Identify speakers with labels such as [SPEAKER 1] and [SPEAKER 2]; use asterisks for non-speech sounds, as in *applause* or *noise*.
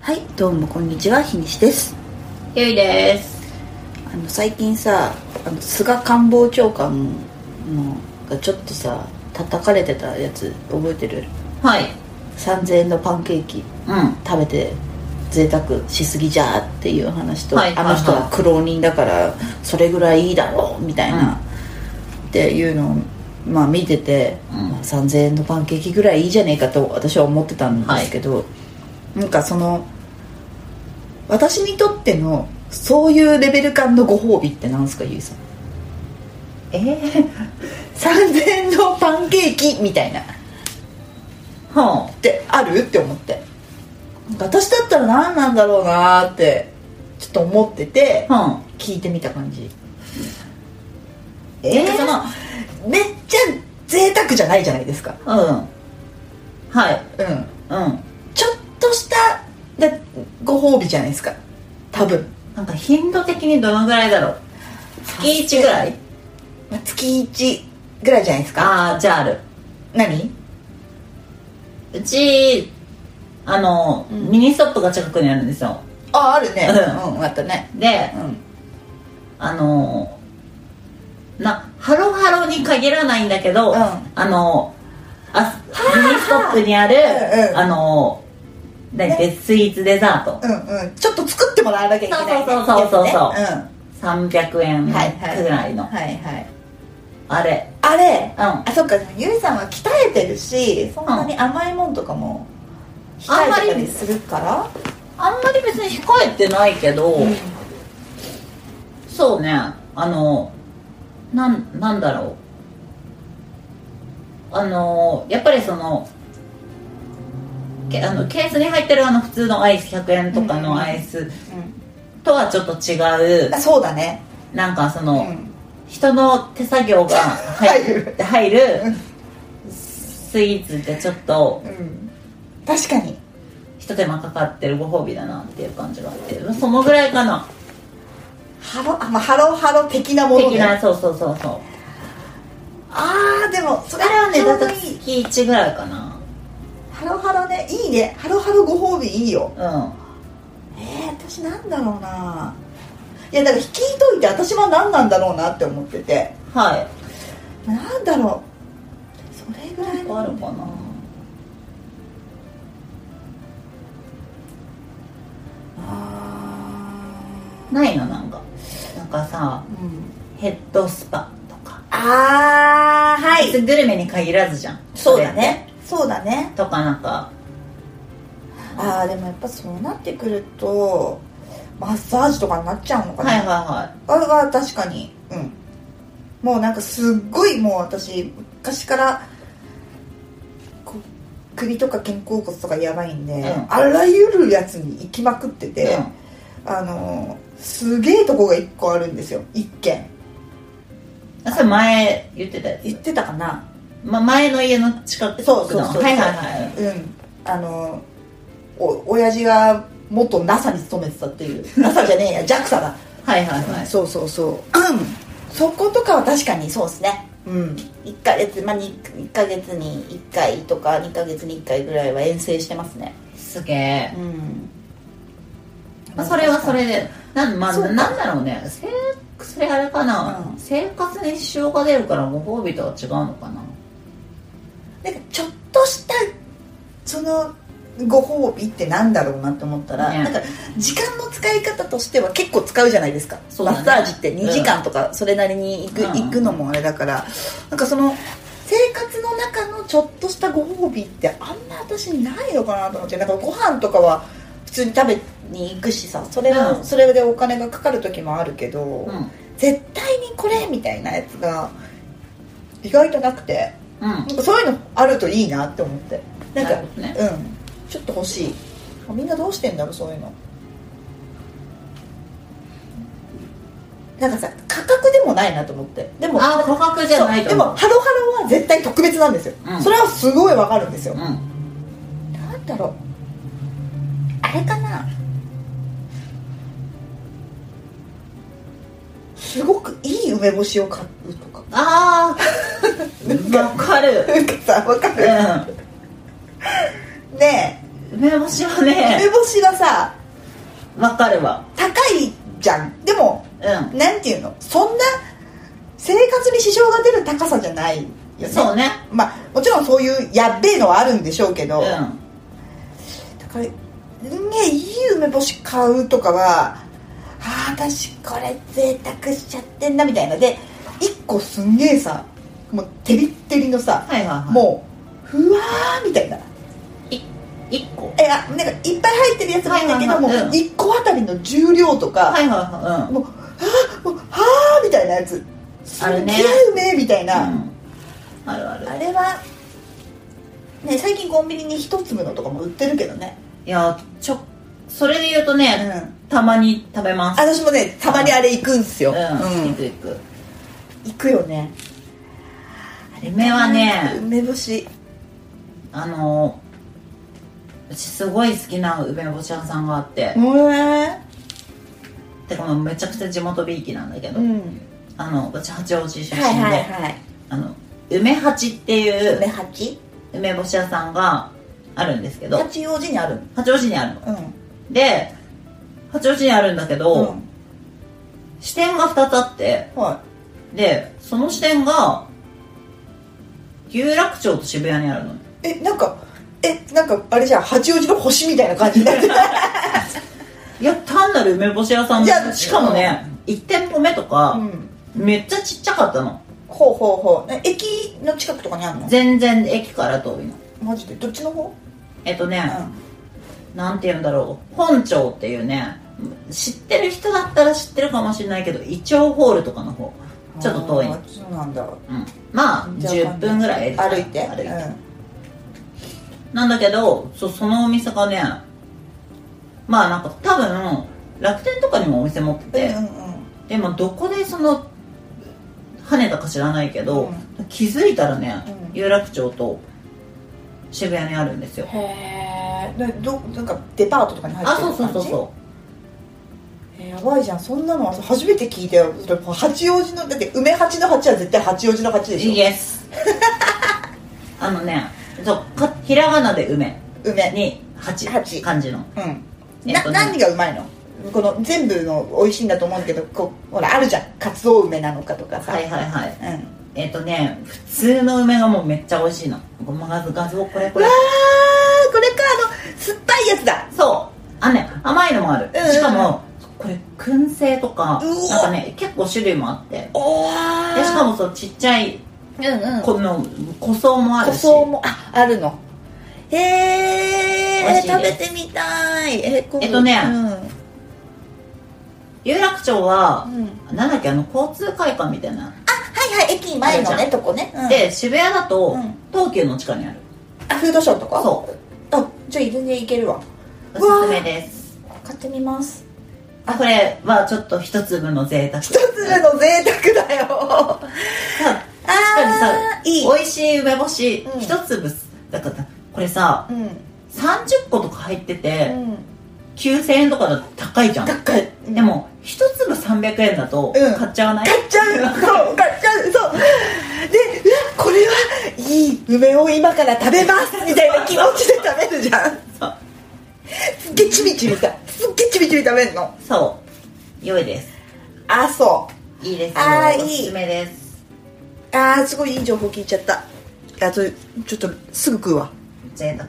[SPEAKER 1] はいどうもこんにちは日西です
[SPEAKER 2] ゆいです
[SPEAKER 1] あの最近さあの菅官房長官のがちょっとさ叩かれてたやつ覚えてる
[SPEAKER 2] はい
[SPEAKER 1] 3000円のパンケーキ
[SPEAKER 2] う
[SPEAKER 1] 食べて贅沢しすぎじゃーっていう話と、
[SPEAKER 2] はいはい
[SPEAKER 1] あの人は苦労人だからそれぐらいいいだろうみたいな、っていうのをまあ見てて、
[SPEAKER 2] うん
[SPEAKER 1] まあ3000円のパンケーキぐらいいいじゃねえかと私は思ってたんですけど、なんかその私にとってのそういうレベル感のご褒美ってなんですかゆいさん
[SPEAKER 2] えー、
[SPEAKER 1] 3000円のパンケーキみたいな
[SPEAKER 2] は
[SPEAKER 1] ってあるって思って私だったら何なんだろうなーってちょっと思ってて
[SPEAKER 2] あは
[SPEAKER 1] 聞いてみた感じ
[SPEAKER 2] えー
[SPEAKER 1] なんかそのめっちゃ贅沢じゃないじゃないですか
[SPEAKER 2] あうんはい
[SPEAKER 1] うん
[SPEAKER 2] うん
[SPEAKER 1] ちょっとしただご褒美じゃないですか多分
[SPEAKER 2] なんか頻度的にどのぐらいだろう月1ぐらい
[SPEAKER 1] まあ月1ぐらいじゃないですか
[SPEAKER 2] ああじゃあある
[SPEAKER 1] 何
[SPEAKER 2] うちあの、
[SPEAKER 1] うん
[SPEAKER 2] ミニストップが近くにあるんですよ
[SPEAKER 1] ああるね
[SPEAKER 2] うん
[SPEAKER 1] うんあったね
[SPEAKER 2] で
[SPEAKER 1] うん
[SPEAKER 2] あのなハロハロに限らないんだけど、
[SPEAKER 1] うん
[SPEAKER 2] あのあミニストップにある、
[SPEAKER 1] うんうん
[SPEAKER 2] あの何でスイーツデザート
[SPEAKER 1] うんうんちょっと作ってもらわなきゃいけないね
[SPEAKER 2] そうそうそうそうそう
[SPEAKER 1] やつね
[SPEAKER 2] 300円
[SPEAKER 1] うん
[SPEAKER 2] く
[SPEAKER 1] はいはい
[SPEAKER 2] らいの、
[SPEAKER 1] はいはい
[SPEAKER 2] あれ
[SPEAKER 1] あれ
[SPEAKER 2] うん
[SPEAKER 1] あそっかゆいさんは鍛えてるしそんなに甘いもんとかも控えてたりするから
[SPEAKER 2] あんまり別に控えてないけど、
[SPEAKER 1] うん
[SPEAKER 2] そうねあのなんなんだろうあのやっぱりそのけあのケースに入ってるあの普通のアイス100円とかのアイスとはちょっと違う
[SPEAKER 1] あそうだね
[SPEAKER 2] なんかそうの、
[SPEAKER 1] ん
[SPEAKER 2] 人の手作業が入る入るスイーツってちょっと
[SPEAKER 1] うん確かに
[SPEAKER 2] ひと手間かかってるご褒美だなっていう感じがあってそのぐらいかな
[SPEAKER 1] ハロあまあハロハロ的なものね
[SPEAKER 2] 的なそうそうそうそう
[SPEAKER 1] あーでもそ
[SPEAKER 2] そ
[SPEAKER 1] れ
[SPEAKER 2] れは
[SPEAKER 1] は
[SPEAKER 2] ね
[SPEAKER 1] ね
[SPEAKER 2] だ
[SPEAKER 1] だ
[SPEAKER 2] いた
[SPEAKER 1] と
[SPEAKER 2] い月1ぐらいかな
[SPEAKER 1] ハロハロねいいねハロハロご褒美いいよ
[SPEAKER 2] う
[SPEAKER 1] えー、私なんだろうないやだから聞いといて私は何なんだろうなって思ってて
[SPEAKER 2] んはい
[SPEAKER 1] なんだろうそれぐらいの
[SPEAKER 2] あるかな
[SPEAKER 1] あ
[SPEAKER 2] ないのなんかなんかさ
[SPEAKER 1] ーうん
[SPEAKER 2] ヘッドスパとか
[SPEAKER 1] あーは
[SPEAKER 2] 別にグルメに限らずじゃん
[SPEAKER 1] そうだねそうだね
[SPEAKER 2] とかなんか
[SPEAKER 1] ああでもやっぱそうなってくるとマッサージとかになっちゃうのかな、
[SPEAKER 2] はいはいは
[SPEAKER 1] あは確かにうんもうなんかすっごいもう私昔からこう首とか肩甲骨とかやばいんで、
[SPEAKER 2] ん
[SPEAKER 1] あらゆるやつに行きまくって
[SPEAKER 2] い、
[SPEAKER 1] て、あのーすげえとこが1個あるんですよ1軒
[SPEAKER 2] うん、それ前言ってたや
[SPEAKER 1] 言っ
[SPEAKER 2] つ、
[SPEAKER 1] てたかな
[SPEAKER 2] ま、前の家の近く
[SPEAKER 1] そうそうそうそう
[SPEAKER 2] はいはいはい
[SPEAKER 1] うんあのお親父が元 NASA に勤めてたって
[SPEAKER 2] *laughs*
[SPEAKER 1] いう NASA じゃねえや JAXA だ、
[SPEAKER 2] はいはいはい
[SPEAKER 1] そうそうそううんそことかは確かにそうですねうん1ヶ月まあ 2, ヶ月に1回とか2ヶ月に1回ぐらいは遠征してますね
[SPEAKER 2] すげえ
[SPEAKER 1] うん
[SPEAKER 2] まあ、それはそれでなん,、まあ、
[SPEAKER 1] そうか
[SPEAKER 2] なんだろうねせいそれあれかな、
[SPEAKER 1] うん
[SPEAKER 2] 生活に支障が出るからご褒美とは違うのかな
[SPEAKER 1] なんかちょっとしたそのご褒美ってなんだろうなって思ったら、
[SPEAKER 2] ね
[SPEAKER 1] なんか時間の使い方としては結構使うじゃないですか、
[SPEAKER 2] そう
[SPEAKER 1] マ
[SPEAKER 2] だね
[SPEAKER 1] ッサージって2時間とかそれなりに行く,、
[SPEAKER 2] うん
[SPEAKER 1] 行くのもあれだからなんかその生活の中のちょっとしたご褒美ってあんま私ないのかなと思ってなんかご飯とかは普通に食べに行くしさそれは、
[SPEAKER 2] うん
[SPEAKER 1] それでお金がかかる時もあるけど、
[SPEAKER 2] うん
[SPEAKER 1] 絶対にこれみたいなやつが意外となくて。
[SPEAKER 2] うん
[SPEAKER 1] なんかそういうのあるといいなって思ってなんか
[SPEAKER 2] なるほどね
[SPEAKER 1] うんちょっと欲しいみんなどうしてんだろうそういうのなんかさ価格でもないなと思ってでも
[SPEAKER 2] ああ価格じゃない
[SPEAKER 1] そうで
[SPEAKER 2] と
[SPEAKER 1] も
[SPEAKER 2] 思う
[SPEAKER 1] ハロハロは絶対特別なんですよ、
[SPEAKER 2] うん
[SPEAKER 1] それはすごいわかるんですよ、
[SPEAKER 2] うん
[SPEAKER 1] なんだろうあれかなすごくいい梅干しを買うとか *laughs*
[SPEAKER 2] ああわかる
[SPEAKER 1] なんかさわかる、
[SPEAKER 2] う
[SPEAKER 1] ねえ
[SPEAKER 2] ん梅干しは
[SPEAKER 1] 梅
[SPEAKER 2] ね
[SPEAKER 1] 干しはさ
[SPEAKER 2] わかるわ
[SPEAKER 1] 高いじゃんでも
[SPEAKER 2] う
[SPEAKER 1] なんていうのそんな生活に支障が出る高さじゃないよね
[SPEAKER 2] んそうね
[SPEAKER 1] まあもちろんそういうやっべえのはあるんでしょうけ
[SPEAKER 2] う
[SPEAKER 1] ど、
[SPEAKER 2] ん
[SPEAKER 1] だからねいい梅干し買うとかはああ私これ贅沢しちゃってんなみたいなで1個すんげえさもうてりってりのさ、
[SPEAKER 2] はいはいはい
[SPEAKER 1] もうふわーみたいな
[SPEAKER 2] 一個
[SPEAKER 1] えあなんかいっぱい入ってるやつもいいんだけど
[SPEAKER 2] はい
[SPEAKER 1] も
[SPEAKER 2] はいはいうん
[SPEAKER 1] 1個あたりの重量とか、
[SPEAKER 2] はいはいはい
[SPEAKER 1] もう「はあもうはあ」みたいなやつす
[SPEAKER 2] あ
[SPEAKER 1] っげ
[SPEAKER 2] るね
[SPEAKER 1] えうめえみたいな、
[SPEAKER 2] うんあるある
[SPEAKER 1] あれはね最近コンビニに一粒のとかも売ってるけどね
[SPEAKER 2] いやちょそれで言うと
[SPEAKER 1] う
[SPEAKER 2] ね
[SPEAKER 1] ん
[SPEAKER 2] たまに食べます
[SPEAKER 1] 私もねたまにあれ行くんすよ、
[SPEAKER 2] うん
[SPEAKER 1] う
[SPEAKER 2] い
[SPEAKER 1] ん
[SPEAKER 2] くいく
[SPEAKER 1] 行くよね
[SPEAKER 2] 梅はね
[SPEAKER 1] 梅干し
[SPEAKER 2] あのうちすごい好きな梅干し屋さんがあって
[SPEAKER 1] うえ
[SPEAKER 2] てかもうめちゃくちゃ地元びいきなんだけど、
[SPEAKER 1] うん
[SPEAKER 2] あの私八王子出身
[SPEAKER 1] はい
[SPEAKER 2] で、
[SPEAKER 1] はいはい
[SPEAKER 2] あの梅八ってい
[SPEAKER 1] 梅
[SPEAKER 2] う
[SPEAKER 1] 八
[SPEAKER 2] 梅干し屋さんがあるんですけど
[SPEAKER 1] 八王子にある
[SPEAKER 2] 八王子にあるの
[SPEAKER 1] うん
[SPEAKER 2] で八王子にあるんだけど、
[SPEAKER 1] うん
[SPEAKER 2] 支店が2つあって
[SPEAKER 1] は
[SPEAKER 2] でその支店が有楽町と渋谷にあるの
[SPEAKER 1] いえなんかえなんかあれじゃん八王子の星みたいな感じになってる
[SPEAKER 2] いや単なる梅干し屋さん
[SPEAKER 1] いや
[SPEAKER 2] しかもね、1店舗目と
[SPEAKER 1] う
[SPEAKER 2] か、
[SPEAKER 1] ん
[SPEAKER 2] めっちゃちっちゃかったの
[SPEAKER 1] ほうほうほうえ駅の近くとかにあるの
[SPEAKER 2] 全然駅から遠いの
[SPEAKER 1] マジでどっちの方
[SPEAKER 2] えっとね、
[SPEAKER 1] う
[SPEAKER 2] なんて言うんだろう本町っていうね知ってる人だったら知ってるかもしれないけどイチョウホールとかの方
[SPEAKER 1] ん
[SPEAKER 2] ちょっと遠い
[SPEAKER 1] あーそうなんだ
[SPEAKER 2] うん、まあ
[SPEAKER 1] じゃあ
[SPEAKER 2] 10分ぐらい
[SPEAKER 1] 歩いて
[SPEAKER 2] 歩いて、
[SPEAKER 1] うん
[SPEAKER 2] なんだけどそそのお店がねまあなんか多分楽天とかにもお店持ってて、
[SPEAKER 1] うんうんうん
[SPEAKER 2] でもどこでその跳ねたか知らないけど、
[SPEAKER 1] う
[SPEAKER 2] 気づいたらね、
[SPEAKER 1] うん
[SPEAKER 2] 有楽町と渋谷にあるんですよ
[SPEAKER 1] へえどなんかデパートとかに入って
[SPEAKER 2] あ
[SPEAKER 1] る
[SPEAKER 2] そ
[SPEAKER 1] 感
[SPEAKER 2] う
[SPEAKER 1] じ
[SPEAKER 2] そうそうそう
[SPEAKER 1] えやばいじゃんそんなの初めて聞いたよそれ八王子のだって梅八の八は絶対八王子の八でしょ
[SPEAKER 2] イエス *laughs* あのねそうかひらがなで梅
[SPEAKER 1] 梅
[SPEAKER 2] に8
[SPEAKER 1] 八
[SPEAKER 2] 漢字の
[SPEAKER 1] うん
[SPEAKER 2] え
[SPEAKER 1] な
[SPEAKER 2] っとね
[SPEAKER 1] 何がうまいのこの全部の美味しいんだと思うけどこうほらあるじゃんかつお梅なのかとかさ
[SPEAKER 2] はいはいはい
[SPEAKER 1] うんわ
[SPEAKER 2] えっ、とね普通の梅がもうめっちゃ美味しいのごま画像画像これこれ
[SPEAKER 1] ーこれかあの酸っぱいやつだ
[SPEAKER 2] そうあね甘いのもある、
[SPEAKER 1] うんうん
[SPEAKER 2] しかもこれ燻製とか
[SPEAKER 1] うお
[SPEAKER 2] なんかね結構種類もあって
[SPEAKER 1] お
[SPEAKER 2] で
[SPEAKER 1] ー
[SPEAKER 2] しかもそうちっちゃい
[SPEAKER 1] うんうん
[SPEAKER 2] この個装もある
[SPEAKER 1] 塗
[SPEAKER 2] し
[SPEAKER 1] 装もああるのへ
[SPEAKER 2] 美
[SPEAKER 1] え
[SPEAKER 2] 味しい
[SPEAKER 1] 食べ
[SPEAKER 2] で
[SPEAKER 1] て
[SPEAKER 2] す
[SPEAKER 1] みたいえ
[SPEAKER 2] えっとね
[SPEAKER 1] うん
[SPEAKER 2] 有楽町は、
[SPEAKER 1] うん
[SPEAKER 2] なんだっけあの交通会館みたいな、
[SPEAKER 1] はいはい駅前の
[SPEAKER 2] あるじ
[SPEAKER 1] ねとこね、うん
[SPEAKER 2] で渋谷だと、
[SPEAKER 1] うん
[SPEAKER 2] 東急の地下にある
[SPEAKER 1] あフードショーとか
[SPEAKER 2] そう
[SPEAKER 1] あじゃあ全然いけるわ
[SPEAKER 2] おすすめです
[SPEAKER 1] 買ってみ
[SPEAKER 2] *laughs*
[SPEAKER 1] ます
[SPEAKER 2] あこれはちょっと一粒の贅沢
[SPEAKER 1] 一粒の贅沢だよ
[SPEAKER 2] さ
[SPEAKER 1] *laughs* あ
[SPEAKER 2] 確かにさ
[SPEAKER 1] ーいい
[SPEAKER 2] 美味しい梅干し
[SPEAKER 1] うん
[SPEAKER 2] 一、粒だからこれさ
[SPEAKER 1] うん、
[SPEAKER 2] 30個とか入ってて、
[SPEAKER 1] うん、
[SPEAKER 2] 9000円とかだと高いじゃん
[SPEAKER 1] 高い
[SPEAKER 2] でも一粒300円だと
[SPEAKER 1] うん
[SPEAKER 2] 買っちゃわない、
[SPEAKER 1] 買っちゃうそう買っちゃうそうでうわこれはいい梅を今から食べますみたいな気持ちで食べるじゃん
[SPEAKER 2] そう
[SPEAKER 1] すっげえチビチビさすっげえチビチビ食べるの
[SPEAKER 2] そう良いです
[SPEAKER 1] あそう
[SPEAKER 2] いいですよ
[SPEAKER 1] あー
[SPEAKER 2] お
[SPEAKER 1] いい
[SPEAKER 2] すすめです
[SPEAKER 1] あーすごいいい情報聞いちゃったあとちょっとすぐ食うわ
[SPEAKER 2] 贅沢